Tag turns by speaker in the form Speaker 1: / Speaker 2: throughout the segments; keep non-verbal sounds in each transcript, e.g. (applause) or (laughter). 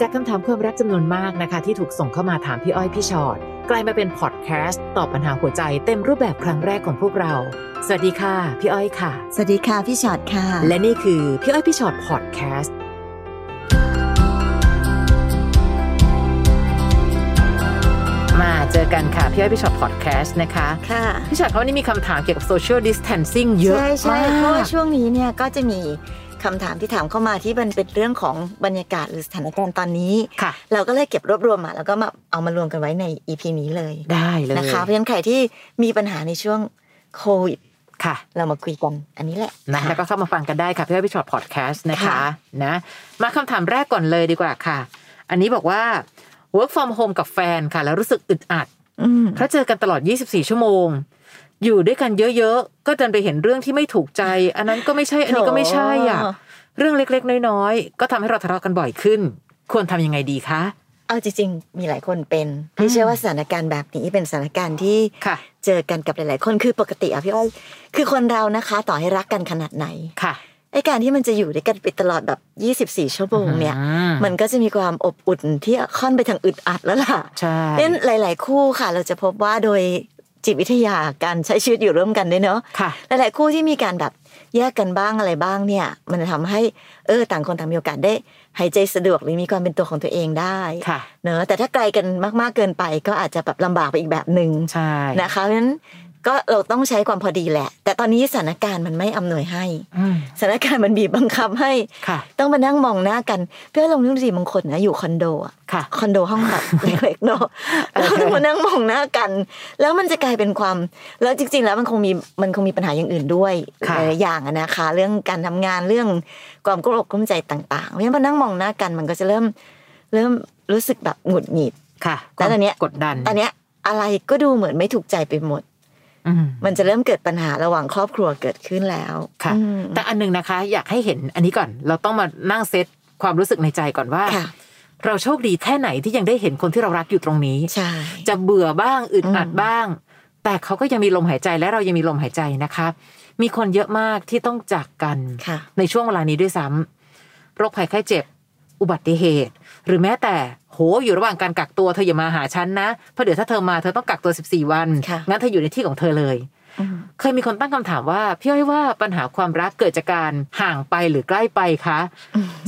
Speaker 1: จากคำถามความรักจำนวนมากนะคะ ที่ถูกส่งเข้ามาถามพี่อ้อยพี่ชอ็อตกลายมาเป็นพอดแคสต์ตอบปัญหาหัวใจเต็มรูปแบบครั้งแรกของพวกเรา สวัสดีค่ะ พี่อ้อยค่ะ
Speaker 2: สวัสดีค่ะ พี่ชอตค่ะ
Speaker 1: และนี่คือพี่อ้อยพี่ชอ็อตพอดแคสต์มาเจอกันค่ะ พี่อ้อยพี่ชอ็อตพอดแคสต์นะคะ
Speaker 2: ค่ะ
Speaker 1: พี่ชอตเขาวันนี้มีคำถามเกี่ยวกับ social distancing เยอะ
Speaker 2: ใช่ใช่
Speaker 1: มา
Speaker 2: เพราะว่าก ช่วงนี้เนี่ยก็จะมีคำถามที่ถามเข้ามาที่มันเป็นเรื่องของบรรยากาศหรือสถานการณ์ตอนนี้
Speaker 1: ค่ะ
Speaker 2: เราก็เลยเก็บรวบรวมมา แล้วก็มาเอามารวมกันไว้ใน EP นี้เลย
Speaker 1: ได้เลย
Speaker 2: นะคะเพราะฉะนั้นใครที่มีปัญหาในช่วงโควิด
Speaker 1: ค่ะ
Speaker 2: เรามาคุยกันอันนี้แหละ
Speaker 1: นะแล้วก็เข้ามาฟังกันได้ค่ะ พี่อ้อยพี่ชอตพอดแคสต์นะคะ
Speaker 2: ค่ะ
Speaker 1: นะมาคำถามแรกก่อนเลยดีกว่าค่ะ อันนี้บอกว่า work from home กับแฟนค่ะ แล้วรู้สึกอึดอัด
Speaker 2: อืม
Speaker 1: เพราะเจอกันตลอด 24 ชั่วโมง อยู่ด้วยกันเยอะๆ ก็ดันไปเห็นเรื่องที่ไม่ถูกใจ อันนั้นก็ไม่ใช่อันนี้ก็ไม่ใช่อ่ะ
Speaker 2: โถ
Speaker 1: เรื่องเล็กๆ น้อยๆ ก็ทำให้เราทะเลาะกันบ่อยขึ้น ควรทำยังไงดีคะ
Speaker 2: เอาจริงๆ มีหลายคนเป็นพี่เชื่อว่าสถานการณ์แบบนี้เป็นสถานการณ์ที่
Speaker 1: ค่ะ
Speaker 2: เจอกันกับหลาย ๆ คนคือปกติอะพี่อ้อยคือคนเรานะคะ ต่อให้รักกันขนาดไหน
Speaker 1: ค่ะ
Speaker 2: ไอการที่มันจะอยู่ด้วยกันไปตลอดแบบ 24 ชั่วโมงเนี่ย
Speaker 1: อื
Speaker 2: มันก็จะมีความอบอุ่นที่ค่อนไปทางอึดอัดแล้วล่ะ
Speaker 1: ใช่
Speaker 2: เพราะฉะนั้นหลาย ๆ คู่ค่ะ เราจะพบว่าโดยจิตวิทยาการใช้ชีวิตอยู่ร่วมกันด้วยเนาะ
Speaker 1: ค่ะ
Speaker 2: หลาย ๆ คู่ที่มีการแบบแยกกันบ้างอะไรบ้างเนี่ย มันจะทำให้เออต่างคนต่างมีโอกาสได้หายใจสะดวกหรือมีความเป็นตัวของตัวเองได้
Speaker 1: ค่ะ
Speaker 2: เนอะแต่ถ้าไกลกันมาก ๆ เกินไป ก็อาจจะแบบลำบากไปอีกแบบหนึ่ง
Speaker 1: ใช่
Speaker 2: นะคะเพราะฉะนั้นก็เราต้องใช้ความพอดีแหละ แต่ตอนนี้สถานการณ์มันไม่อำนวยให้
Speaker 1: อืม
Speaker 2: สถานการณ์มันบีบบังคับให้
Speaker 1: ค่ะ
Speaker 2: ต้องมานั่งมองหน้ากัน เพื่อลองนึกดูสิบางคนนะอยู่คอนโดอะ
Speaker 1: ค่ะ
Speaker 2: คอนโดห้องแบบ (laughs) เล็กๆเนาะแล้วก็ต้องมานั่งมองหน้ากัน แล้วมันจะกลายเป็นความ แล้วจริง ๆ แล้วมันคงมีมันคงมีปัญหาอย่างอื่นด้วย
Speaker 1: ค่ะ
Speaker 2: หลายๆอย่างอะนะคะ เรื่องการทำงานเรื่องความกลุ้มอกกลุ้มใจต่างๆเพราะฉะนั้นพอนั่งมองหน้ากันมันก็จะเริ่มเริ่มรู้สึกแบบหงุดหงิด
Speaker 1: ค่ะ
Speaker 2: แล้วตอนเนี้ย
Speaker 1: กดดัน
Speaker 2: ตอนเนี้ยอะไรก็ดูเหมือนไม่ถูกใจไปหมด
Speaker 1: อืม
Speaker 2: มันจะเริ่มเกิดปัญหาระหว่างครอบครัวเกิดขึ้นแล้ว
Speaker 1: ค่ะ
Speaker 2: อืม
Speaker 1: แต่อันหนึงนะคะอยากให้เห็นอันนี้ก่อน เราต้องมานั่งเซตความรู้สึกในใจก่อนว่า
Speaker 2: ค่ะ
Speaker 1: เราโชคดีแค่ไหนที่ยังได้เห็นคนที่เรารักอยู่ตรงนี้
Speaker 2: ใช่
Speaker 1: จะเบื่อบ้างอึดอัด
Speaker 2: อืม
Speaker 1: บ้าง แต่เขาก็ยังมีลมหายใจและเรายังมีลมหายใจนะคะมีคนเยอะมากที่ต้องจากกัน
Speaker 2: ค่ะ
Speaker 1: ในช่วงเวลานี้ด้วยซ้ำโรคภัยไข้เจ็บ อุบัติเหตุ หรือแม้แต่โหอยู่ระหว่างการกักตัวเธออย่ามาหาฉันนะเพราะเดี๋ยวถ้าเธอมาเธอต้องกักตัว 14 วัน
Speaker 2: ค่ะ
Speaker 1: งั้นเธออยู่ในที่ของเธอเลย
Speaker 2: อืม
Speaker 1: เคยมีคนตั้งคำถามว่าพี่อ้อยว่าปัญหาความรักเกิดจากการห่างไปหรือใกล้ไปคะ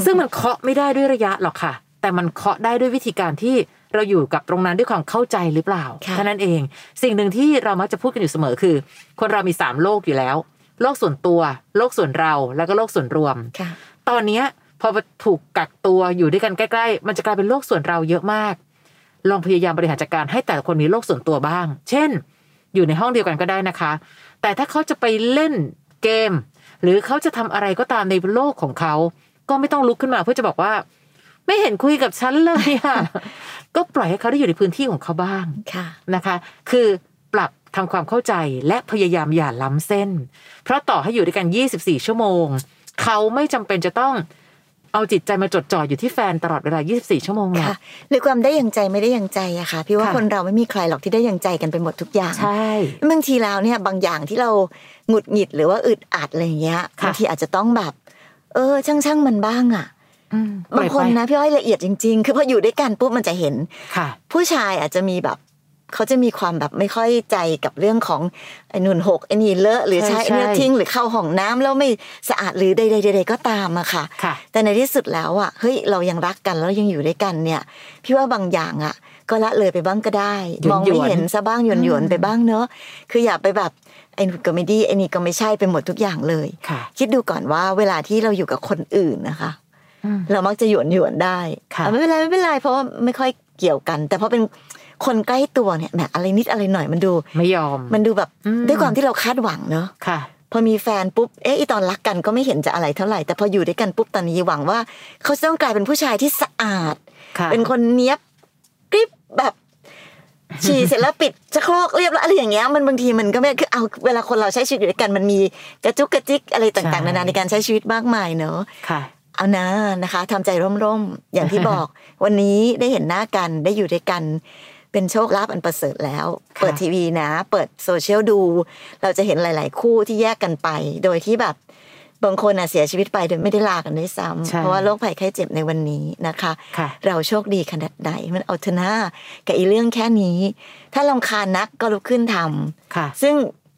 Speaker 1: ซึ่งมันเคาะไม่ได้ด้วยระยะหรอกค่ะ แต่มันเคาะได้ด้วยวิธีการที่เราอยู่กับตรงนั้นด้วยความเข้าใจหรือเปล่า
Speaker 2: ค่ะ
Speaker 1: เท่านั้นเอง สิ่งหนึ่งที่เรามักจะพูดกันอยู่เสมอคือ คนเรามีสามโลกอยู่แล้ว โลกส่วนตัว โลกส่วนเราแล้วก็โลกส่วนรวม
Speaker 2: ค่ะ
Speaker 1: ตอนเนี้ยพอถูกกักตัวอยู่ด้วยกันใกล้ๆ มันจะกลายเป็นโลกส่วนเราเยอะมาก ลองพยายามบริหารจัดการให้แต่ละคนมีโลกส่วนตัวบ้าง เช่น อยู่ในห้องเดียวกันก็ได้นะคะ แต่ถ้าเขาจะไปเล่นเกม หรือเขาจะทำอะไรก็ตามในโลกของเขา ก็ไม่ต้องลุกขึ้นมาเพื่อจะบอกว่า ไม่เห็นคุยกับฉันเลยอะ (laughs) ก็ปล่อยให้เขาได้อยู่ในพื้นที่ของเขาบ้าง
Speaker 2: ค่ะ
Speaker 1: นะคะ คือปรับทำความเข้าใจและพยายามอย่าล้ำเส้น เพราะต่อให้อยู่ด้วยกัน 24 ชั่วโมง เขาไม่จำเป็นจะต้องเอาจิตใจมาจดจ่ออยู่ที่แฟนตลอดเวลา 24 ชั่วโมงหรอก
Speaker 2: ค่ะ หรือความได้อย่างใจไม่ได้อย่างใจอะค่ะ พี่ว่า
Speaker 1: ค่ะ
Speaker 2: คนเราไม่มีใครหรอกที่ได้อย่างใจกันไปหมดทุกอย่าง
Speaker 1: ใช่
Speaker 2: บางทีแล้วเนี่ยบางอย่างที่เราหงุดหงิดหรือว่าอึดอัดอะไรอย่างเงี้ย
Speaker 1: ค่ะ
Speaker 2: บางทีอาจจะต้องแบบ เออ ช่างช่างๆมันบ้างอะ
Speaker 1: อืม
Speaker 2: บางคนนะพี่อ้อยละเอียดจริง ๆ คือพออยู่ด้วยกันปุ๊บมันจะเห็น
Speaker 1: ค่ะ
Speaker 2: ผู้ชายอาจจะมีแบบเขาจะมีความแบบไม่ค่อยใจกับเรื่องของไอ้นุ่นหกไอ้นี่เลอะหรือ
Speaker 1: ใช่
Speaker 2: ใช้ไอ้เนื้อ
Speaker 1: ใช่
Speaker 2: ทิ้งหรือเข้าห้องน้ำแล้วไม่สะอาดหรือใดๆๆๆก็ตามอะค่ะ
Speaker 1: ค่ะ
Speaker 2: แต่ในที่สุดแล้วอะเฮ้ยเรายังรักกันแล้วยังอยู่ด้วยกันเนี่ย พี่ว่าบางอย่างอะก็ละเลยไปบ้างก็ได้
Speaker 1: หยวนๆ
Speaker 2: มองไม่เห็นซะบ้างหยวนๆไปบ้างเนอะคืออย่าไปแบบไอ้นุ่นก็ไม่ดีไอ้นี่ก็ไม่ใช่ไปหมดทุกอย่างเลย
Speaker 1: ค่ะ
Speaker 2: คิดดูก่อนว่าเวลาที่เราอยู่กับคนอื่นนะคะ
Speaker 1: อืม
Speaker 2: เรามักจะหยวนหยวนๆได้
Speaker 1: ค่ะ
Speaker 2: อ่ะไม่เป็นไรไม่เป็นไรเพราะว่าไม่ค่อยเกี่ยวกัน แต่พอเป็นคนใกล้ตัวเนี่ยแหมอะไรนิดอะไรหน่อยมันดู
Speaker 1: ไม่ยอม
Speaker 2: มันดูแบบ
Speaker 1: อืม
Speaker 2: ด้วยความที่เราคาดหวังเนอะ
Speaker 1: ค่ะ
Speaker 2: พอมีแฟนปุ๊บเอ๊ะอีตอนรักกันก็ไม่เห็นจะอะไรเท่าไหร่แต่พออยู่ด้วยกันปุ๊บตอนนี้หวังว่า เขาจะต้องกลายเป็นผู้ชายที่สะอาด
Speaker 1: ค่ะ
Speaker 2: เป็นคนเนี้ยบกริบแบบ ฉี่เสร็จแล้วปิดจะโครกเรียบแล้วอะไรอย่างเงี้ยมันบางทีมันก็ไม่คือเอาเวลาคนเราใช้ชีวิตอยู่ด้วยกันมันมีกระจุกกระจิกอะไรต่างๆ
Speaker 1: ใช่
Speaker 2: นานาในการใช้ชีวิตมากมายเนอะ
Speaker 1: ค่ะ
Speaker 2: เอานะนะคะทำใจร่มๆ อย่างที่
Speaker 1: (laughs)
Speaker 2: บอก วันนี้ได้เห็นหน้ากันได้อยู่ด้วยกัน เป็นโชคลาภอันประเสริฐแล้ว
Speaker 1: ค่ะ
Speaker 2: เปิดทีวีนะ เปิดโซเชียลดู เราจะเห็นหลาย ๆ คู่ที่แยกกันไป โดยที่แบบ บางคนอ่ะเสียชีวิตไปโดยไม่ได้ลากันด้วยซ้ำ
Speaker 1: ใช่
Speaker 2: เพราะว่าโรคภัยไข้เจ็บในวันนี้นะคะ
Speaker 1: ค่ะ
Speaker 2: เราโชคดีขนาดไหนมันเอาเถอะนะกับอีเรื่องแค่นี้ ถ้าลำคาญนักก็ลุกขึ้นทำ
Speaker 1: ค่ะ
Speaker 2: ซึ่ง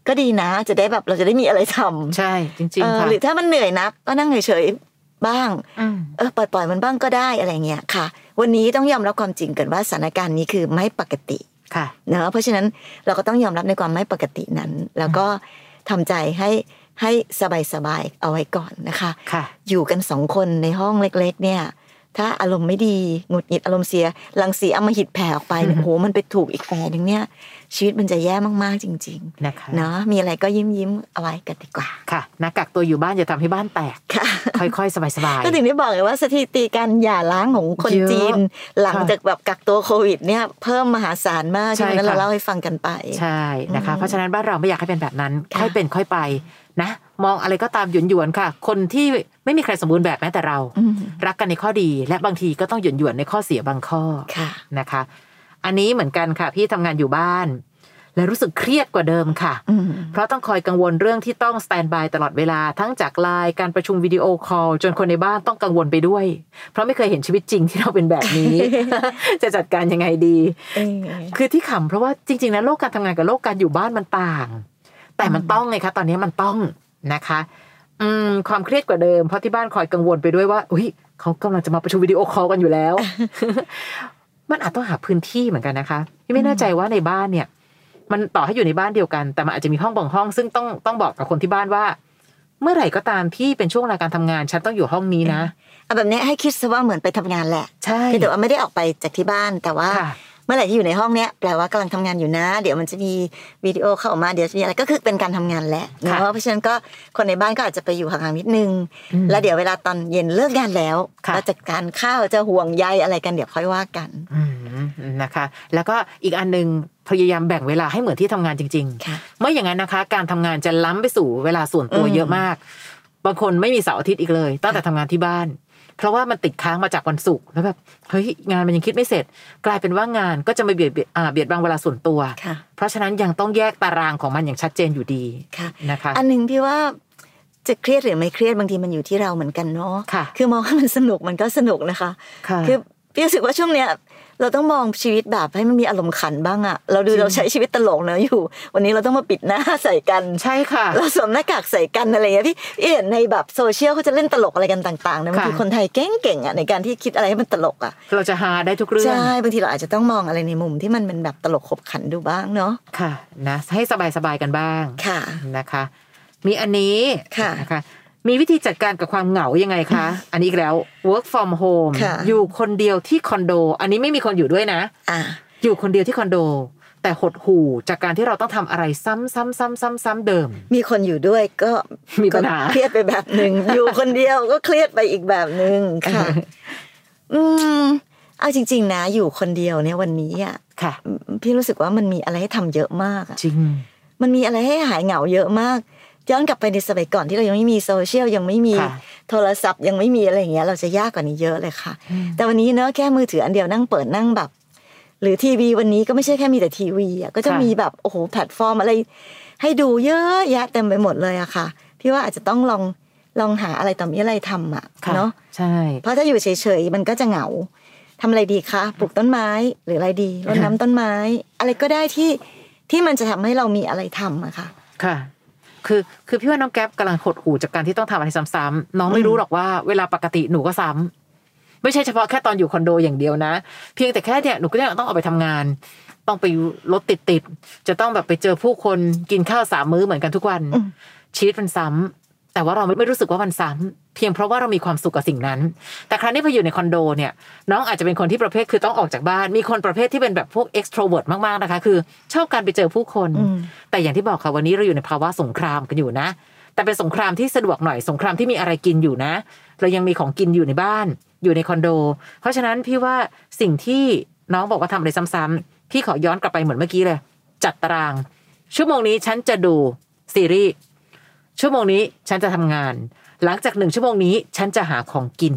Speaker 2: ก็ดีนะจะได้แบบเราจะได้มีอะไรทำ
Speaker 1: ใช่จริง
Speaker 2: เออ
Speaker 1: ๆค่ะ
Speaker 2: หรือถ้ามันเหนื่อยนักก็นั่งเฉยๆบ้าง
Speaker 1: ม
Speaker 2: เออปล่อยปล่อยมันบ้างก็ได้อะไรเงี้ยค่ะ วันนี้ต้องยอมรับความจริงเกินว่าสถานการณ์นี้คือไม่ปกติ
Speaker 1: ค่ะ
Speaker 2: เนอะเพราะฉะนั้นเราก็ต้องยอมรับในความไม่ปกตินั้น แล้วก็ทำใจให้ให้สบายสบายๆเอาไว้ก่อนนะคะ
Speaker 1: ค่ะ
Speaker 2: อยู่กันสองคนในห้องเล็ก ๆ เนี่ย ถ้าอารมณ์ไม่ดีหงุดหงิดอารมณ์เสียรังสีอำมหิตแผ่ออกไปเนี่ย
Speaker 1: อืม
Speaker 2: โอ้โหมันไปถูกอีกฝ่ายหนึ่งเนี่ย ชีวิตมันจะแย่มากๆจริง
Speaker 1: นะคะ
Speaker 2: ๆเนาะมีอะไรก็ยิ้มยิ้มๆเอาไว้กันดีกว่า
Speaker 1: ค่ะหนักกักตัวอยู่บ้านอย่าทำให้บ้านแตก
Speaker 2: ค่ะ
Speaker 1: ค่อยๆ สบาย
Speaker 2: ก็ถึงได้บอกเลยว่าสถิติการหย่าร้างของคน
Speaker 1: เยอะ
Speaker 2: จีน หลัง
Speaker 1: ค่ะ
Speaker 2: จากแบบกักตัวโควิดเนี่ยเพิ่มมหาศาลมาก
Speaker 1: ใช่
Speaker 2: ที่วันนั้น
Speaker 1: ค่ะ
Speaker 2: เราเล่าให้ฟังกันไป
Speaker 1: ๆ ใช่นะคะ
Speaker 2: อืม
Speaker 1: เพราะฉะนั้นบ้านเราไม่อยากให้เป็นแบบนั้น
Speaker 2: ค่ะ
Speaker 1: ค่อยเป็นค่อยไปนะ มองอะไรก็ตามหยวนๆค่ะ คนที่ไม่มีใครสมบูรณ์แบบแม้แต่เรา
Speaker 2: อืม
Speaker 1: รักกันในข้อดี และบางทีก็ต้องหยวนๆในข้อเสียบางข้อ
Speaker 2: ค่ะ
Speaker 1: นะคะ อันนี้เหมือนกันค่ะ พี่ทำงานอยู่บ้าน และรู้สึกเครียดกว่าเดิมค่ะ
Speaker 2: อืม
Speaker 1: เพราะต้องคอยกังวลเรื่องที่ต้องสแตนบายตลอดเวลาทั้งจากไลน์การประชุมวิดีโอคอลจนคนในบ้านต้องกังวลไปด้วย เพราะไม่เคยเห็นชีวิตจริงที่เราเป็นแบบนี้
Speaker 2: (laughs)
Speaker 1: จะจัดการยังไงดี
Speaker 2: เออ
Speaker 1: คือที่ขำเพราะว่าจริงๆนะโลกการทำงานกับโลกการอยู่บ้านมันต่าง แต่มันต้องไงคะตอนนี้มันต้องนะคะ อืมความเครียดกว่าเดิมเพราะที่บ้านคอยกังวลไปด้วยว่าอุ้ยเขากำลังจะมาประชุมวิดีโอคอลกันอยู่แล้ว (laughs) มันอาจต้องหาพื้นที่เหมือนกันนะคะพี่ไม่แน่ใจว่าในบ้านเนี่ย มันต่อให้อยู่ในบ้านเดียวกัน แต่มันอาจจะมีห้องบางห้อง ซึ่งต้องต้องบอกกับคนที่บ้านว่า เมื่อไหร่ก็ตามที่เป็นช่วงเวลาการทำงานฉันต้องอยู่ห้องนี้นะ
Speaker 2: เอาแบบเนี้ยให้คิดซะว่าเหมือนไปทำงานแหละ
Speaker 1: ใช่
Speaker 2: เพียงแต่ว่าไม่ได้ออกไปจากที่บ้านแต่ว่า
Speaker 1: ค่ะ
Speaker 2: เมื่อไหร่ที่อยู่ในห้องเนี้ยแปลว่ากำลังทำงานอยู่นะ เดี๋ยวมันจะมีวิดีโอเข้ามาเดี๋ยวจะมีอะไรก็คือเป็นการทำงานแหละเน
Speaker 1: ค่ะ
Speaker 2: อะเพราะฉะนั้นก็คนในบ้านก็อาจจะไปอยู่ห่างๆนิดนึง
Speaker 1: อืม
Speaker 2: แล้วเดี๋ยวเวลาตอนเย็นเลิกงานแล้ว
Speaker 1: ค่ะ
Speaker 2: เราจัดการข้าวจะห่วงใยอะไรกันเดี๋ยวค่อยว่ากัน
Speaker 1: อืมนะคะ แล้วก็อีกอันหนึ่งพยายามแบ่งเวลาให้เหมือนที่ทำงานจริง
Speaker 2: ค่ะ
Speaker 1: ๆไม่อย่างนั้นนะคะ การทำงานจะล้ำไปสู่เวลาส่วนตัว
Speaker 2: อืม
Speaker 1: เยอะมาก บางคนไม่มีเสาร์อาทิตย์อีกเลยตั้งแต่ทำงานที่บ้าน เพราะว่ามันติดค้างมาจากวันศุกร์แล้วแบบเฮ้ยงานมันยังคิดไม่เสร็จ กลายเป็นว่างานก็จะมาเบียดเบียดอ่าเบียดบังเวลาส่วนตัว
Speaker 2: ค่ะ
Speaker 1: เพราะฉะนั้นยังต้องแยกตารางของมันอย่างชัดเจนอยู่ดี
Speaker 2: ค่ะ
Speaker 1: นะคะ
Speaker 2: อันหนึ่งพี่ว่าจะเครียดหรือไม่เครียดบางทีมันอยู่ที่เราเหมือนกันเนาะ
Speaker 1: ค่ะ
Speaker 2: คือมองให้มันสนุกมันก็สนุกนะคะ
Speaker 1: ค่ะ
Speaker 2: คือพี่รู้สึกว่าช่วงเนี้ยเราต้องมองชีวิตแบบให้มันมีอารมณ์ขันบ้างอะเราดู
Speaker 1: จริง
Speaker 2: เราใช้ชีวิตตลกเนอะอยู่ วันนี้เราต้องมาปิดหน้าใส่กัน
Speaker 1: ใช่ค่ะ
Speaker 2: เราสวมหน้ากากใส่กันอะไรเงี้ยพี่พี่เห็นในแบบโซเชียลเขาจะเล่นตลกอะไรกันต่างๆนะบางที
Speaker 1: ค่ะ
Speaker 2: คนไทยเก่งๆอ่ะในการที่คิดอะไรให้มันตลกอ่ะ
Speaker 1: เราจะหาได้ทุกเรื่อง
Speaker 2: ใช่บางทีเราอาจจะต้องมองอะไรในมุมที่มันเป็นแบบตลกขบขันดูบ้างเนาะ
Speaker 1: ค่ะนะให้สบายๆกันบ้าง
Speaker 2: ค่ะ
Speaker 1: นะคะ มีอันนี้
Speaker 2: ค่ะ
Speaker 1: นะคะ มีวิธีจัดการกับความเหงายังไงคะ อันนี้อีกแล้ว work from home
Speaker 2: ค่ะ
Speaker 1: อยู่คนเดียวที่คอนโด อันนี้ไม่มีคนอยู่ด้วยนะ
Speaker 2: อ่า
Speaker 1: อยู่คนเดียวที่คอนโด แต่หดหู่จากการที่เราต้องทำอะไรซ้ำซ้ำซ้ำซ้ำซ้ำเดิม
Speaker 2: มีคนอยู่ด้วยก็
Speaker 1: มีปัญหา
Speaker 2: ก็เครียดไปแบบ
Speaker 1: (laughs)
Speaker 2: หนึ่ง อยู่คนเดียวก็เครียดไปอีกแบบหนึ่งค่ะ อืมเอาจริง ๆ นะอยู่คนเดียวเนี่ยวันนี้อ่ะ
Speaker 1: ค่ะ
Speaker 2: พี่รู้สึกว่ามันมีอะไรให้ทำเยอะมากอะ
Speaker 1: จริง
Speaker 2: มันมีอะไรให้หายเหงาเยอะมาก ย้อนกลับไปในสมัยก่อนที่เรายังไม่มีโซเชียลยังไม่มี
Speaker 1: ค่ะ
Speaker 2: โทรศัพท์ยังไม่มีอะไรอย่างเงี้ยเราจะยากกว่านี้เยอะเลยค่ะ
Speaker 1: อืม
Speaker 2: แต่วันนี้เนอะแค่มือถืออันเดียวนั่งเปิดนั่งแบบ หรือทีวีวันนี้ก็ไม่ใช่แค่มีแต่ทีวีอ่ะก็จะมีแบบโอ้โหแพลตฟอร์มอะไร ให้ดูเยอะแยะเต็มไปหมดเลยอะค่ะพี่ว่าอาจจะต้องลองลองหาอะไรต่อมีอะไรทำอะ
Speaker 1: ค่ะ
Speaker 2: เนาะ
Speaker 1: ใช่
Speaker 2: เพราะถ้าอยู่เฉยๆมันก็จะเหงาทำอะไรดีคะปลูกต้นไม้หรืออะไรดีรดน้ำต้นไม้ อะไรก็ได้ที่ที่มันจะทำให้เรามีอะไรทำอะค่ะ
Speaker 1: ค่ะ คือคือพี่ว่าน้องแก๊ปกำลังหดหู่จากการที่ต้องทำอะไรซ้ำๆน้องไม่รู้หรอกว่าเวลาปกติหนูก็ซ้ำไม่ใช่เฉพาะแค่ตอนอยู่คอนโดอย่างเดียวนะ เพียงแต่แค่เนี่ยหนูก็ยังต้องออกไปทำงาน ต้องไปรถติดติดๆจะต้องแบบไปเจอผู้คนกินข้าวสามมื้อเหมือนกันทุกวัน
Speaker 2: อืม
Speaker 1: ชีวิตมันซ้ำแต่ว่าเราไม่ไม่รู้สึกว่ามันซ้ำเพียงเพราะว่าเรามีความสุขกับสิ่งนั้น แต่ครั้นี้พออยู่ในคอนโดเนี่ย น้องอาจจะเป็นคนที่ประเภทคือต้องออกจากบ้าน มีคนประเภทที่เป็นแบบพวก extrovert มากๆนะคะ คือชอบการไปเจอผู้คน
Speaker 2: อืม
Speaker 1: แต่อย่างที่บอกค่ะวันนี้เราอยู่ในภาวะสงครามกันอยู่นะ แต่เป็นสงครามที่สะดวกหน่อยสงครามที่มีอะไรกินอยู่นะ เรายังมีของกินอยู่ในบ้าน อยู่ในคอนโด เพราะฉะนั้นพี่ว่าสิ่งที่น้องบอกว่าทำอะไรซ้ำๆพี่ขอย้อนกลับไปเหมือนเมื่อกี้เลย จัดตาราง ชั่วโมงนี้ฉันจะดูซีรีส์ชั่วโมงนี้ฉันจะทำงาน หลังจากหนึ่งชั่วโมงนี้ฉันจะหาของกิน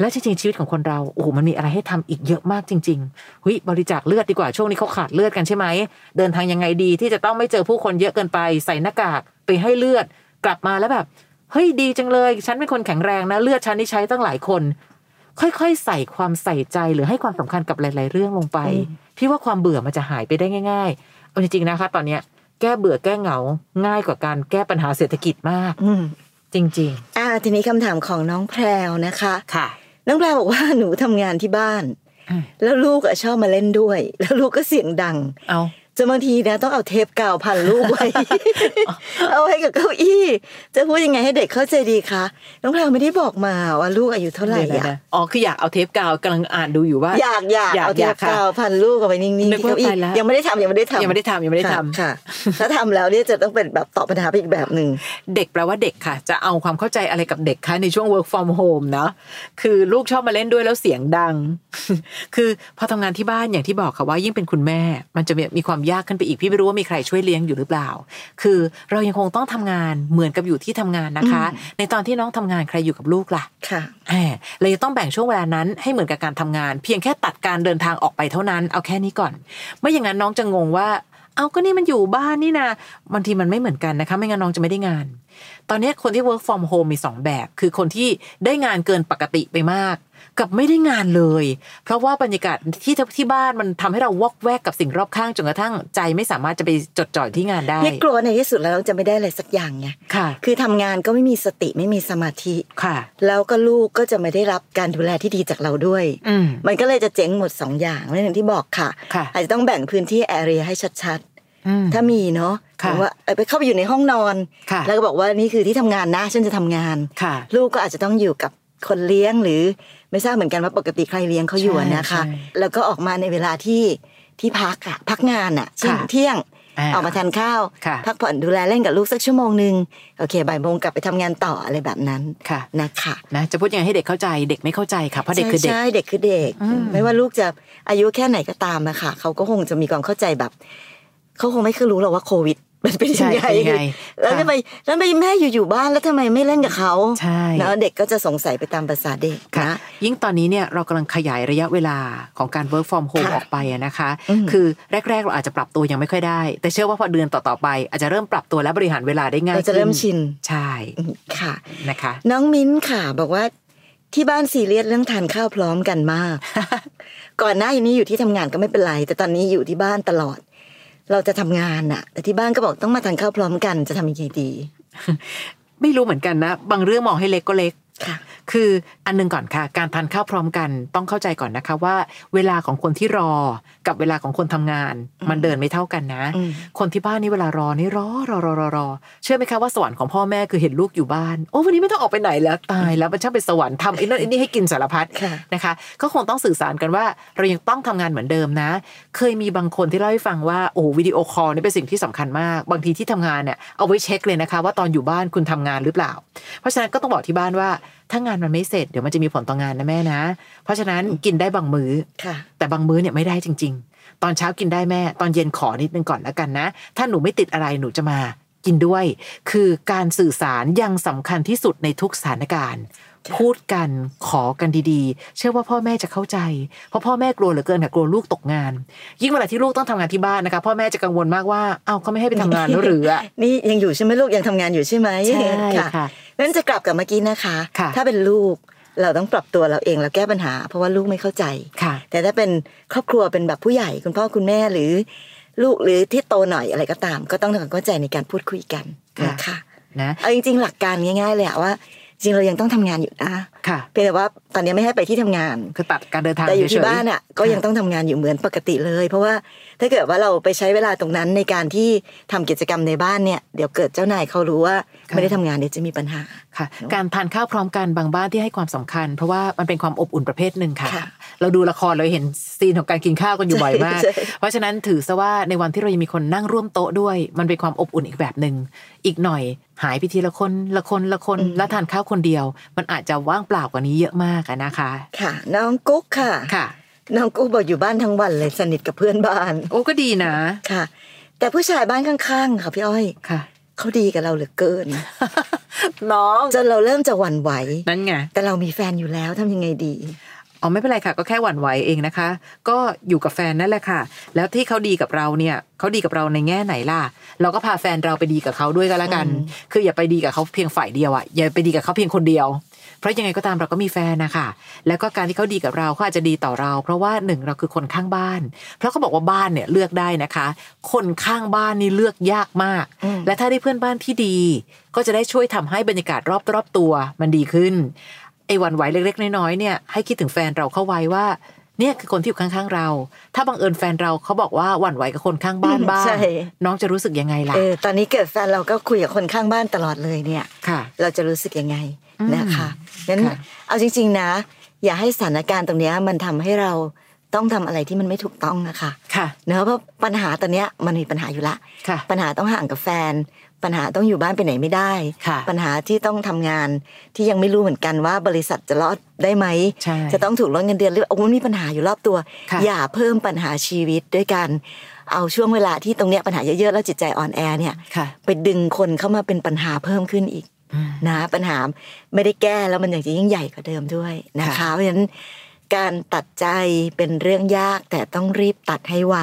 Speaker 1: และจริงๆชีวิตของคนเราโอ้โหมันมีอะไรให้ทำอีกเยอะมากจริงๆหุยบริจาคเลือดดีกว่าช่วงนี้เขาขาดเลือดกันใช่ไหมเดินทางยังไงดีที่จะต้องไม่เจอผู้คนเยอะเกินไป ใส่หน้ากากไปให้เลือด กลับมาแล้วแบบ เฮ้ยดีจังเลย ฉันเป็นคนแข็งแรงนะ เลือดฉันนี่ใช้ตั้งหลายคน ค่อยๆ ใส่ความใส่ใจหรือให้ความสำคัญกับหลาย ๆ เรื่องลงไป พี่ว่าความเบื่อมันจะหายไปได้ง่าย ๆ เอาจริงๆนะคะ ตอนเนี้ยแก้เบื่อแก้เหงาง่ายกว่าการแก้ปัญหาเศรษฐกิจมาก
Speaker 2: อืม
Speaker 1: จริง
Speaker 2: อ่าทีนี้คำถามของน้องแพรวนะคะ
Speaker 1: ๆ ค่ะ
Speaker 2: น้องแพรวบอกว่า (laughs) หนูทำงานที่บ้าน
Speaker 1: อืม
Speaker 2: แล้วลูกอะชอบมาเล่นด้วย (laughs) แล้วลูกก็เสียงดัง
Speaker 1: เอา
Speaker 2: จนบางทีนะต้องเอาเทปกาวพันลูกไว้ (laughs) เอาไว้กับเก้าอี้ จะพูดยังไงให้เด็กเข้าใจดีคะน้องแพรวไม่ได้บอกมาว่าลูกอายุเท่าไหร่
Speaker 1: เดี๋ยว
Speaker 2: อะ
Speaker 1: นะอ๋อคืออยากเอาเทปกาวกำลังอ่านดูอยู่ว่า
Speaker 2: อยากอยาก
Speaker 1: อยาก
Speaker 2: เอา
Speaker 1: อ
Speaker 2: เท
Speaker 1: ยา
Speaker 2: ป
Speaker 1: กค่ะ
Speaker 2: กาวพันลูกเอาไว้นิ่งๆ
Speaker 1: นึกว่า
Speaker 2: ที่เก้าอี้
Speaker 1: ไปแล้ว
Speaker 2: ยังไม่ได้ทำยังไม่ได้ทำ
Speaker 1: ยังไม่ได้ทำยังไม่ได้ทำ
Speaker 2: ค่ะค่ะ ถ้าทำแล้วเนี่ยจะต้องเป็นแบบตอบปัญหาไปอีกแบบหนึ่ง
Speaker 1: เด็กแปลว่าเด็กค่ะ จะเอาความเข้าใจอะไรกับเด็กคะในช่วง work from home เนอะคือลูกชอบมาเล่นด้วยแล้วเสียงดัง (laughs) คือพอทำงานที่บ้านอย่างที่บอกค่ะว่ายิ่งเป็นคุณแม่ มันจะมีความยากขึ้นไปอีกพี่ไม่รู้ว่ามีใครช่วยเลี้ยงอยู่หรือเปล่า คือเรายังคงต้องทำงานเหมือนกับอยู่ที่ทำงานนะคะ ในตอนที่น้องทำงานใครอยู่กับลูกล่ะ
Speaker 2: ค่ะ
Speaker 1: แหมเราจะต้องแบ่งช่วงเวลานั้นให้เหมือนกับการทำงาน เพียงแค่ตัดการเดินทางออกไปเท่านั้น เอาแค่นี้ก่อน ไม่อย่างนั้นน้องจะงงว่า เอาก็นี่มันอยู่บ้านนี่นะบางทีมันไม่เหมือนกันนะคะ ไม่งั้นน้องจะไม่ได้งาน ตอนนี้คนที่ work from home มีสองแบบ คือคนที่ได้งานเกินปกติไปมาก กับไม่ได้งานเลย เพราะว่าบรรยากาศที่ที่บ้านมันทำให้เราวอกแวกกับสิ่งรอบข้างจนกระทั่งใจไม่สามารถจะไปจดจ่ออยู่ที่งานได้
Speaker 2: นี่กลัวในที่สุดแล้วเราจะไม่ได้อะไรสักอย่างไง
Speaker 1: ค่ะ
Speaker 2: คือทำงานก็ไม่มีสติไม่มีสมาธิ
Speaker 1: ค่ะ
Speaker 2: แล้วก็ลูกก็จะไม่ได้รับการดูแลที่ดีจากเราด้วย
Speaker 1: อืม
Speaker 2: มันก็เลยจะเจ๊งหมดสองอย่างเรื่องที่บอกค่ะ
Speaker 1: ค่ะ
Speaker 2: อาจจะต้องแบ่งพื้นที่แอเรียให้ชัด
Speaker 1: อืม
Speaker 2: ๆ ถ้ามีเนาะ
Speaker 1: ค่ะ
Speaker 2: หรือว่าเอ่อไปเข้าไปอยู่ในห้องนอน
Speaker 1: ค่ะ
Speaker 2: แล้วก็บอกว่านี่คือที่ทำงานนะฉันจะทำงาน
Speaker 1: ค่ะ
Speaker 2: ลูกก็อาจจะต้องอยู่กับคนเลี้ยงหรือไม่ทราบเหมือนกันว่าปกติใครเลี้ยงเขาอยู่อะนะคะ
Speaker 1: ใช่ใช่
Speaker 2: แล้วก็ออกมาในเวลาที่ที่พักอะพักงานอะเช่น
Speaker 1: ค่ะ
Speaker 2: เที่ยง
Speaker 1: อ่า
Speaker 2: ออกมาทานข้าว
Speaker 1: ค่ะ
Speaker 2: พักผ่อนดูแลเล่นกับลูกสักชั่วโมงหนึ่งโอเคบ่ายโมงกลับไปทำงานต่ออะไรแบบนั้น
Speaker 1: ค่ะ
Speaker 2: นะคะ
Speaker 1: นะจะพูดยังไงให้เด็กเข้าใจเด็กไม่เข้าใจค่ะเพราะเด็กคือเด็ก
Speaker 2: ใช่ใช่เด็กคือเด็ก
Speaker 1: อืม
Speaker 2: ไม่ว่าลูกจะอายุแค่ไหนก็ตามอะค่ะเขาก็คงจะมีความเข้าใจแบบเขาคงไม่เคยรู้หรอกว่าโควิด มันเป็นยัง
Speaker 1: ใช่เป็นยัง
Speaker 2: ไง
Speaker 1: ไง
Speaker 2: แล้วทำไมแล้วทำไมแม่อยู่อยู่บ้านแล้วทำไมไม่เล่นกับเขา
Speaker 1: ใช่
Speaker 2: เนอะเด็กก็จะสงสัยไปตามภาษาเด็กนะ
Speaker 1: ยิ่งตอนนี้เนี่ยเรากำลังขยายระยะเวลาของการ work from home
Speaker 2: ค่ะ
Speaker 1: ออกไปอะนะคะ
Speaker 2: อืม
Speaker 1: คือแรก ๆ เราอาจจะปรับตัวยังไม่ค่อยได้ แต่เชื่อว่าพอเดือนต่อ ๆ ไป อาจจะเริ่มปรับตัวและบริหารเวลาได้ง่าย
Speaker 2: เราจะเริ่มชิน
Speaker 1: ใช่
Speaker 2: อืมค่ะ
Speaker 1: นะคะ
Speaker 2: น้องมิ้นท์ค่ะ บอกว่าที่บ้านซีเรียสเรื่องทานข้าวพร้อมกัน
Speaker 1: (laughs)
Speaker 2: มาก ก่อนหน้านี้อยู่ที่ทำงานก็ไม่เป็นไร แต่ตอนนี้อยู่ที่บ้านตลอด เราจะทำงานอะแต่ที่บ้านก็บอกต้องมาทานข้าวพร้อมกันจะทำยังไงดี
Speaker 1: ไม่รู้เหมือนกันนะ บางเรื่องมองให้เล็กก็เล็ก
Speaker 2: ค่ะ
Speaker 1: คืออันหนึงก่อนค่ะ การทานข้าวพร้อมกันต้องเข้าใจก่อนนะคะว่า เวลาของคนที่รอ กับเวลาของคนทำงาน มันเดินไม่เท่ากันนะ
Speaker 2: อืม
Speaker 1: คนที่บ้านนี่เวลารอนี่รอรอรอรอรอเชื่อไหมคะว่าสวรรค์ของพ่อแม่คือเห็นลูกอยู่บ้าน โอ้วันนี้ไม่ต้องออกไปไหนแล้วตายแล้วมันช่างเป็นสวรรค์ทำไอ้นั่นไอ้นี่ให้กินสารพัด
Speaker 2: ค่ะ
Speaker 1: นะคะ ก็คงต้องสื่อสารกันว่าเรายังต้องทำงานเหมือนเดิมนะ เคยมีบางคนที่เล่าให้ฟังว่าโอ้วิดีโอคอลนี่เป็นสิ่งที่สำคัญมาก บางทีที่ทำงานเนี่ยเอาไว้เช็คเลยนะคะ ว่าตอนอยู่บ้านคุณทำงานหรือเปล่า เพราะฉะนั้นก็ต้องบอกที่บ้านว่าถ้างานมันไม่เสร็จเดี๋ยวมันจะมีผลต่องานนะแม่นะ เพราะฉะนั้นกินได้บางมื้อ
Speaker 2: ค่ะ
Speaker 1: แต่บางมื้อเนี่ยไม่ได้จริง ๆ ตอนเช้ากินได้แม่ ตอนเย็นขอนิดนึงก่อนแล้วกันนะ ถ้าหนูไม่ติดอะไรหนูจะมากินด้วย คือการสื่อสารยังสำคัญที่สุดในทุกสถานการณ์ พูดกันขอกันดีๆ เชื่อว่าพ่อแม่จะเข้าใจ เพราะพ่อแม่กลัวเหลือเกินค่ะกลัวลูกตกงาน ยิ่งเวลาที่ลูกต้องทำงานที่บ้านนะคะพ่อแม่จะกังวลมากว่าเอ้าเขาไม่ให้ไปทำงานแล้วหรืออะ
Speaker 2: นี่ยังอยู่ใช่ไหมลูกยังทำงานอยู่ใช่ไหม
Speaker 1: ใช่ค่ะ
Speaker 2: นั้นจะกลับกับเมื่อกี้นะคะ
Speaker 1: ค่ะ
Speaker 2: ถ้าเป็นลูกเราต้องปรับตัวเราเองเราแก้ปัญหา เพราะว่าลูกไม่เข้าใจ
Speaker 1: ค่ะ
Speaker 2: แต่ถ้าเป็นครอบครัวเป็นแบบผู้ใหญ่คุณพ่อคุณแม่หรือ ลูกหรือที่โตหน่อยอะไรก็ตาม ก็ต้องทำความเข้าใจในการพูดคุยกัน
Speaker 1: ค่ะ
Speaker 2: นะคะ
Speaker 1: นะ
Speaker 2: เอาจริงๆ หลักการง่ายๆเลยอะว่า จริงเรายังต้องทำงานอยู่นะ
Speaker 1: ค่ะ
Speaker 2: เพียงแต่ว่าตอนนี้ไม่ให้ไปที่ทำงาน
Speaker 1: คือตัดการเดินทาง
Speaker 2: แต่อยู่
Speaker 1: เฉ
Speaker 2: ที่
Speaker 1: ยๆ
Speaker 2: บ้านอ่ะก็ยังต้องทำงานอยู่เหมือนปกติเลย เพราะว่าถ้าเกิดว่าเราไปใช้เวลาตรงนั้นในการที่ทำกิจกรรมในบ้านเนี่ยเดี๋ยวเกิดเจ้านายเขารู้ว่า
Speaker 1: ค่ะ
Speaker 2: ไม่ได้ทำงานเดี๋ยวจะมีปัญหา
Speaker 1: ค่ะการทานข้าวพร้อมกันบางบ้านที่ให้ความสำคัญ เพราะว่ามันเป็นความอบอุ่นประเภทหนึ่งค่ะ
Speaker 2: ค่ะ
Speaker 1: เราดูละครเราเห็นซีนของการกินข้าวกันอยู่บ่อยมาก
Speaker 2: ใช่
Speaker 1: เพราะฉะนั้นถือซะว่าในวันที่เรายังมีคนนั่งร่วมโต๊ะด้วย มันเป็นความอบอุ่นอีกแบบหนึ่งอีกหน่อย หายไปทีละคนละคนละคนแล้วทานข้าวคนเดียว มันอาจจะว่างเปล่ากว่านี้เยอะมากอะนะคะ
Speaker 2: ค่ะ น้องกุ๊กค่ะ
Speaker 1: ค่ะ
Speaker 2: น้องกุ๊กบอกอยู่บ้านทั้งวันเลยสนิทกับเพื่อนบ้าน
Speaker 1: โอ้ก็ดีนะ
Speaker 2: ค่ะ แต่ผู้ชายบ้านข้างๆ ค่ะพี่อ้อย
Speaker 1: ค่ะ
Speaker 2: เขาดีกับเราเหลือเกิน
Speaker 1: น้อง
Speaker 2: จนเราเริ่มจะหวั่นไหว
Speaker 1: นั่นไง
Speaker 2: แต่เรามีแฟนอยู่แล้วทำยังไงดี
Speaker 1: อ๋อไม่เป็นไรค่ะ ก็แค่หวั่นไหวเองนะคะ ก็อยู่กับแฟนนั่นแหละค่ะ แล้วที่เขาดีกับเราเนี่ยเขาดีกับเราในแง่ไหนล่ะ เราก็พาแฟนเราไปดีกับเขาด้วยก็แล้วกัน
Speaker 2: อืม
Speaker 1: คืออย่าไปดีกับเขาเพียงฝ่ายเดียวอ่ะอย่าไปดีกับเขาเพียงคนเดียว เพราะยังไงก็ตามเราก็มีแฟนนะคะแล้วก็การที่เขาดีกับเราเขาอาจจะดีต่อเรา เพราะว่าหนึ่งเราคือคนข้างบ้าน เพราะเขาบอกว่าบ้านเนี่ยเลือกได้นะคะ คนข้างบ้านนี่เลือกยากมาก
Speaker 2: อืม
Speaker 1: และถ้าได้เพื่อนบ้านที่ดี ก็จะได้ช่วยทำให้บรรยากาศรอบรอบๆตัวมันดีขึ้นไอ้หวันไหวเล็กๆ น้อยๆเนี่ยให้คิดถึงแฟนเราเข้าไว้ว่า เนี่ยคือคนที่อยู่ข้างๆเรา ถ้าบังเอิญแฟนเราเขาบอกว่าหวั่นไหวกับคนข้างบ้านบ้าง
Speaker 2: ใช่
Speaker 1: น้องจะรู้สึกยังไงล่ะ
Speaker 2: เออตอนนี้เกิดแฟนเราก็คุยกับคนข้างบ้านตลอดเลยเนี่ย
Speaker 1: ค่ะ
Speaker 2: เราจะรู้สึกยังไง
Speaker 1: อืม
Speaker 2: นะคะนั้น
Speaker 1: ค่ะ
Speaker 2: เอาจริง ๆนะ อย่าให้สถานการณ์ตรงเนี้ยมันทำให้เราต้องทำอะไรที่มันไม่ถูกต้องนะคะ
Speaker 1: ค่ะ
Speaker 2: เนอะเพราะปัญหาตอนเนี้ยมันมีปัญหาอยู่ละ
Speaker 1: ค่ะ
Speaker 2: ปัญหาต้องห่างกับแฟน ปัญหาต้องอยู่บ้านไปไหนไม่ได้
Speaker 1: ค่ะ
Speaker 2: ปัญหาที่ต้องทำงานที่ยังไม่รู้เหมือนกันว่าบริษัทจะรอดได้ไหม
Speaker 1: ใช่
Speaker 2: จะต้องถูกลดเงินเดือนหรือโอ้มันมีปัญหาอยู่รอบตัว
Speaker 1: ค่ะ
Speaker 2: อย่าเพิ่มปัญหาชีวิตด้วยการเอาช่วงเวลาที่ตรงเนี้ยปัญหาเยอะๆแล้วจิตใจอ่อนแอเนี่ย
Speaker 1: ค่ะ
Speaker 2: ไปดึงคนเข้ามาเป็นปัญหาเพิ่มขึ้นอีก
Speaker 1: อืม
Speaker 2: นะปัญหาไม่ได้แก้แล้วมันอยางจะยิ่งใหญ่กว่าเดิมด้วยนะ
Speaker 1: ค่ะ
Speaker 2: คะ เพราะฉะนั้นการตัดใจเป็นเรื่องยากแต่ต้องรีบตัดให้ไว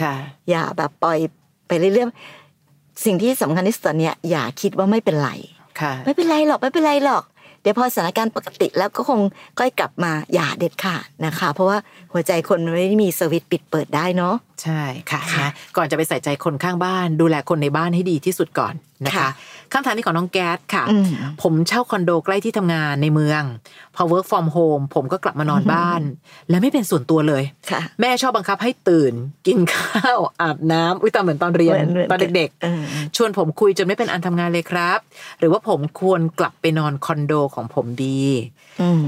Speaker 1: ค่ะ
Speaker 2: อย่าแบบปล่อยไปเรื่อยๆ สิ่งที่สำคัญที่สุดตอนเนี้ยอย่าคิดว่าไม่เป็นไร
Speaker 1: ค่ะ
Speaker 2: ไม่เป็นไรหรอกไม่เป็นไรหรอก เดี๋ยวพอสถานการณ์ปกติแล้วก็คงก้อยกลับมาอย่าเด็ดขาดนะคะ เพราะว่าหัวใจคนมันไม่ได้มีสวิตช์ปิดเปิดได้เนาะ
Speaker 1: ใช่ค่ะ
Speaker 2: ค่ะ
Speaker 1: นะก่อนจะไปใส่ใจคนข้างบ้าน ดูแลคนในบ้านให้ดีที่สุดก่อนนะคะ
Speaker 2: ค่ะ
Speaker 1: คำถามนี้ของน้องแก๊สค่ะ
Speaker 2: อืม
Speaker 1: ผมเช่าคอนโดใกล้ที่ทำงานในเมือง พอ work from home ผมก็กลับมานอนบ้าน และไม่เป็นส่วนตัวเลย
Speaker 2: ค่ะ
Speaker 1: แม่ชอบบังคับให้ตื่น กินข้าว อาบน้ำอุ้ยตอนเหมือนตอนเรียน
Speaker 2: เหมือนเหมือน
Speaker 1: ตอนเด็ก
Speaker 2: เออ
Speaker 1: ๆ ชวนผมคุยจนไม่เป็นอันทำงานเลยครับ หรือว่าผมควรกลับไปนอนคอนโดของผมดี
Speaker 2: อืม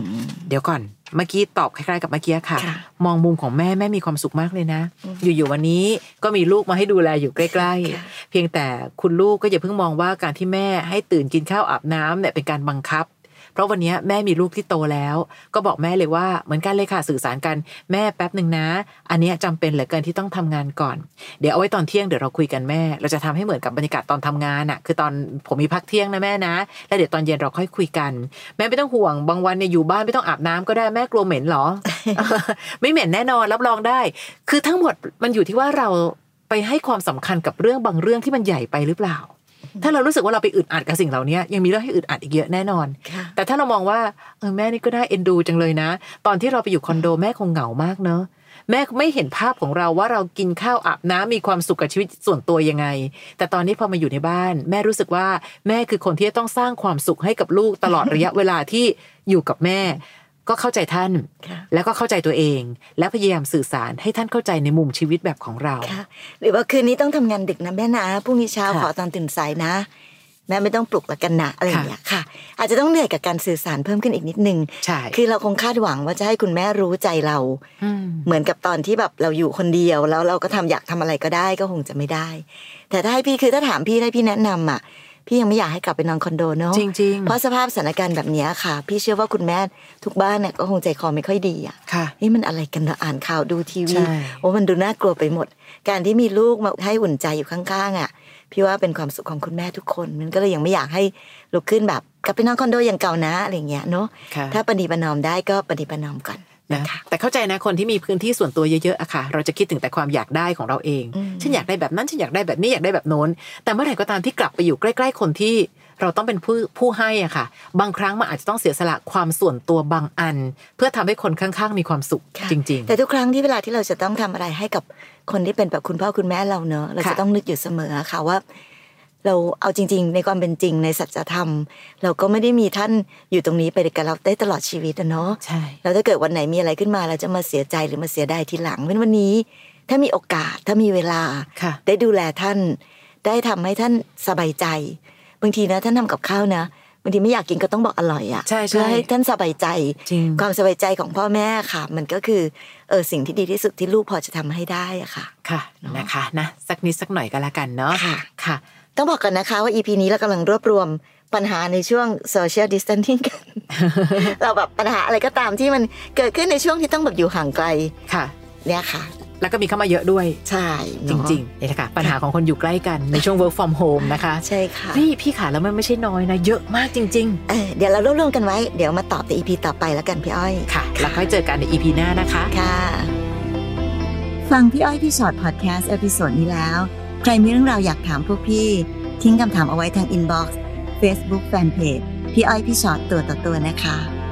Speaker 1: เดี๋ยวก่อน เมื่อกี้ตอบคล้ายๆกับเมื่อกี้ค่ะ
Speaker 2: ค่ะ
Speaker 1: มองมุมของแม่แม่มีความสุขมากเลยนะ อยู่ๆวันนี้ก็มีลูกมาให้ดูแลอยู่ใกล้ๆ เพียงแต่คุณลูกก็อย่าเพิ่งมองว่าการที่แม่ให้ตื่นกินข้าวอาบน้ำเนี่ยเป็นการบังคับ เพราะวันนี้แม่มีลูกที่โตแล้ว ก็บอกแม่เลยว่าเหมือนกันเลยค่ะสื่อสารกันแม่แป๊บหนึ่งนะ อันเนี้ยจำเป็นเหลือเกินที่ต้องทำงานก่อน เดี๋ยวเอาไว้ตอนเที่ยงเดี๋ยวเราคุยกันแม่ เราจะทำให้เหมือนกับบรรยากาศตอนทำงานอะคือตอนผมมีพักเที่ยงนะแม่นะ แล้วเดี๋ยวตอนเย็นเราค่อยคุยกัน แม่ไม่ต้องห่วงบางวันเนี่ยอยู่บ้านไม่ต้องอาบน้ำก็ได้แม่กลัวเหม็นเหรอ ไม่เหม็นแน่นอนรับรองได้ คือทั้งหมดมันอยู่ที่ว่าเราไปให้ความสำคัญกับเรื่องบางเรื่องที่มันใหญ่ไปหรือเปล่า ถ้าเรารู้สึกว่าเราไปอึดอัดกับสิ่งเหล่านี้ยังมีเรื่องให้อึดอัดอีกเยอะแน่นอน
Speaker 2: ค่ะ
Speaker 1: แต่ถ้าเรามองว่าเออแม่นี่ก็น่าเอ็นดูจังเลยนะ ตอนที่เราไปอยู่คอนโดแม่คงเหงามากเนอะแม่ไม่เห็นภาพของเราว่าเรากินข้าวอาบน้ำมีความสุขกับชีวิตส่วนตัวยังไง แต่ตอนนี้พอมาอยู่ในบ้าน แม่รู้สึกว่าแม่คือคนที่จะต้องสร้างความสุขให้กับลูกตลอด ระยะเวลาที่อยู่กับแม่ ก็เข้าใจท่าน
Speaker 2: ค่ะ
Speaker 1: แล้วก็เข้าใจตัวเอง และพยายามสื่อสารให้ท่านเข้าใจในมุมชีวิตแบบของเรา
Speaker 2: ค่ะ หรือว่าคืนนี้ต้องทำงานดึกนะแม่นะพรุ่งนี้เช้า
Speaker 1: ค่ะ
Speaker 2: ขอตอนตื่นสายนะ แม่ไม่ต้องปลุกละกันนะอะไรอย่าง
Speaker 1: ค่ะ
Speaker 2: เงี้ยค่ะ อาจจะต้องเหนื่อยกับการสื่อสารเพิ่มขึ้นอีกนิดนึง
Speaker 1: ใช่
Speaker 2: คือเราคงคาดหวังว่าจะให้คุณแม่รู้ใจเรา
Speaker 1: ม
Speaker 2: เหมือนกับตอนที่แบบเราอยู่คนเดียวแล้วเราก็ทำอยากทำอะไรก็ได้ก็คงจะไม่ได้ แต่ถ้าให้พี่คือถ้าถามพี่ได้พี่แนะนำอ่ะพี่ยังไม่อยากให้กลับไปนอนคอนโดเนาะ
Speaker 1: จริง
Speaker 2: เพราะสภาพสถานการณ์แบบเนี้ยค่ะ พี่เชื่อว่าคุณแม่ทุกบ้านเนี่ยก็คงใจคอไม่ค่อยดีอ่ะ
Speaker 1: ๆค่ะ
Speaker 2: นี่มันอะไรกันนะอ่านข่าวดูทีวี
Speaker 1: ใช่
Speaker 2: โอ้มันดูน่ากลัวไปหมด การที่มีลูกมาให้อุ่นใจอยู่ข้างๆอ่ะ พี่ว่าเป็นความสุขของคุณแม่ทุกคน มันก็เลยยังไม่อยากให้ลุกขึ้นแบบกลับไปนอนคอนโดอย่างเก่านะอะไรอย่างเงี้ยเนาะ
Speaker 1: ค่ะ
Speaker 2: ถ้าปฏิบัตินอมได้ก็ปฏิบัตินอมก่อน
Speaker 1: นะ
Speaker 2: นะคะ
Speaker 1: แต่เข้าใจนะคนที่มีพื้นที่ส่วนตัวเยอะๆอะค่ะ เราจะคิดถึงแต่ความอยากได้ของเราเอง
Speaker 2: อืม
Speaker 1: ฉันอยากได้แบบนั้นฉันอยากได้แบบนี้อยากได้แบบโน้น แต่เมื่อไหร่ก็ตามที่กลับไปอยู่ใกล้ๆคนที่เราต้องเป็นผู้ผู้ให้อะค่ะ บางครั้งมันอาจจะต้องเสียสละความส่วนตัวบางอัน เพื่อทำให้คนข้างๆ มีความสุข
Speaker 2: ค่ะ
Speaker 1: จริง
Speaker 2: แต่ทุกครั้งที่เวลาที่เราจะต้องทำอะไรให้กับคนที่เป็นแบบคุณพ่อคุณแม่เราเนอะเราจะ
Speaker 1: ค่ะ
Speaker 2: ต้องนึกอยู่เสมอค่ะว่า เราเอาจริง ๆ ในความเป็นจริงในสัจธรรม เราก็ไม่ได้มีท่านอยู่ตรงนี้ไปกับเราได้ตลอดชีวิตอะเนาะ
Speaker 1: ๆ ใช่
Speaker 2: แล้วถ้าเกิดวันไหนมีอะไรขึ้นมาเราจะมาเสียใจหรือมาเสียดายทีหลังเพราะฉะนั้นวันนี้ ถ้ามีโอกาสถ้ามีเวลา
Speaker 1: ค่ะ
Speaker 2: ได้ดูแลท่าน ได้ทำให้ท่านสบายใจ บางทีนะท่านทำกับข้าวนะบางทีไม่อยากกินก็ต้องบอกอร่อยอะ
Speaker 1: ใช่ใช่
Speaker 2: เพื่อให้ท่านสบายใจ
Speaker 1: จริง
Speaker 2: ความสบายใจของพ่อแม่ค่ะ มันก็คือเออสิ่งที่ดีที่สุดที่ลูกพอจะทำให้ได้อะค่ะ
Speaker 1: ค่ะนะคะนะสักนิดสักหน่อยก็แล้วกันเนาะ
Speaker 2: ค่ะ
Speaker 1: ค่ะ
Speaker 2: ต้องบอกกันนะคะว่า EP นี้เรากำลังรวบรวมปัญหาในช่วง social distancing กัน
Speaker 1: (laughs)
Speaker 2: เราแบบปัญหาอะไรก็ตามที่มันเกิดขึ้นในช่วงที่ต้องแบบอยู่ห่างไกล
Speaker 1: ค่ะ
Speaker 2: เนี่ยค่ะ
Speaker 1: แล้วก็มีเข้ามาเยอะด้วย
Speaker 2: ใช่
Speaker 1: จ
Speaker 2: เนาะ
Speaker 1: ริงๆนี่แหละค่ะปัญหาของคนอยู่ใกล้กัน (laughs) ในช่วง work from home นะคะ
Speaker 2: ใช่ค่ะ
Speaker 1: นี่พี่ขาแล้วมันไม่ใช่น้อยนะ เยอะมากจริง
Speaker 2: เออเดี๋ยวเรารวบรวมกันไว้ เดี๋ยวมาตอบในอีพีต่อไปแล้วกันพี่อ้อย
Speaker 1: ๆ ค่ะ แล้วค่อยเจอกันใน EP หน้านะคะ
Speaker 2: ค่ะ ฟังพี่อ้อยพี่ชอตพอดแคสต์เอพิโซดนี้แล้ว ใครมีเรื่องราวอยากถามพวกพี่ ทิ้งคำถามเอาไว้ทางอินบ็อกซ์เฟซบุ๊กแฟนเพจพี่อ้อยพี่ชอตตัวต่อตัวนะคะ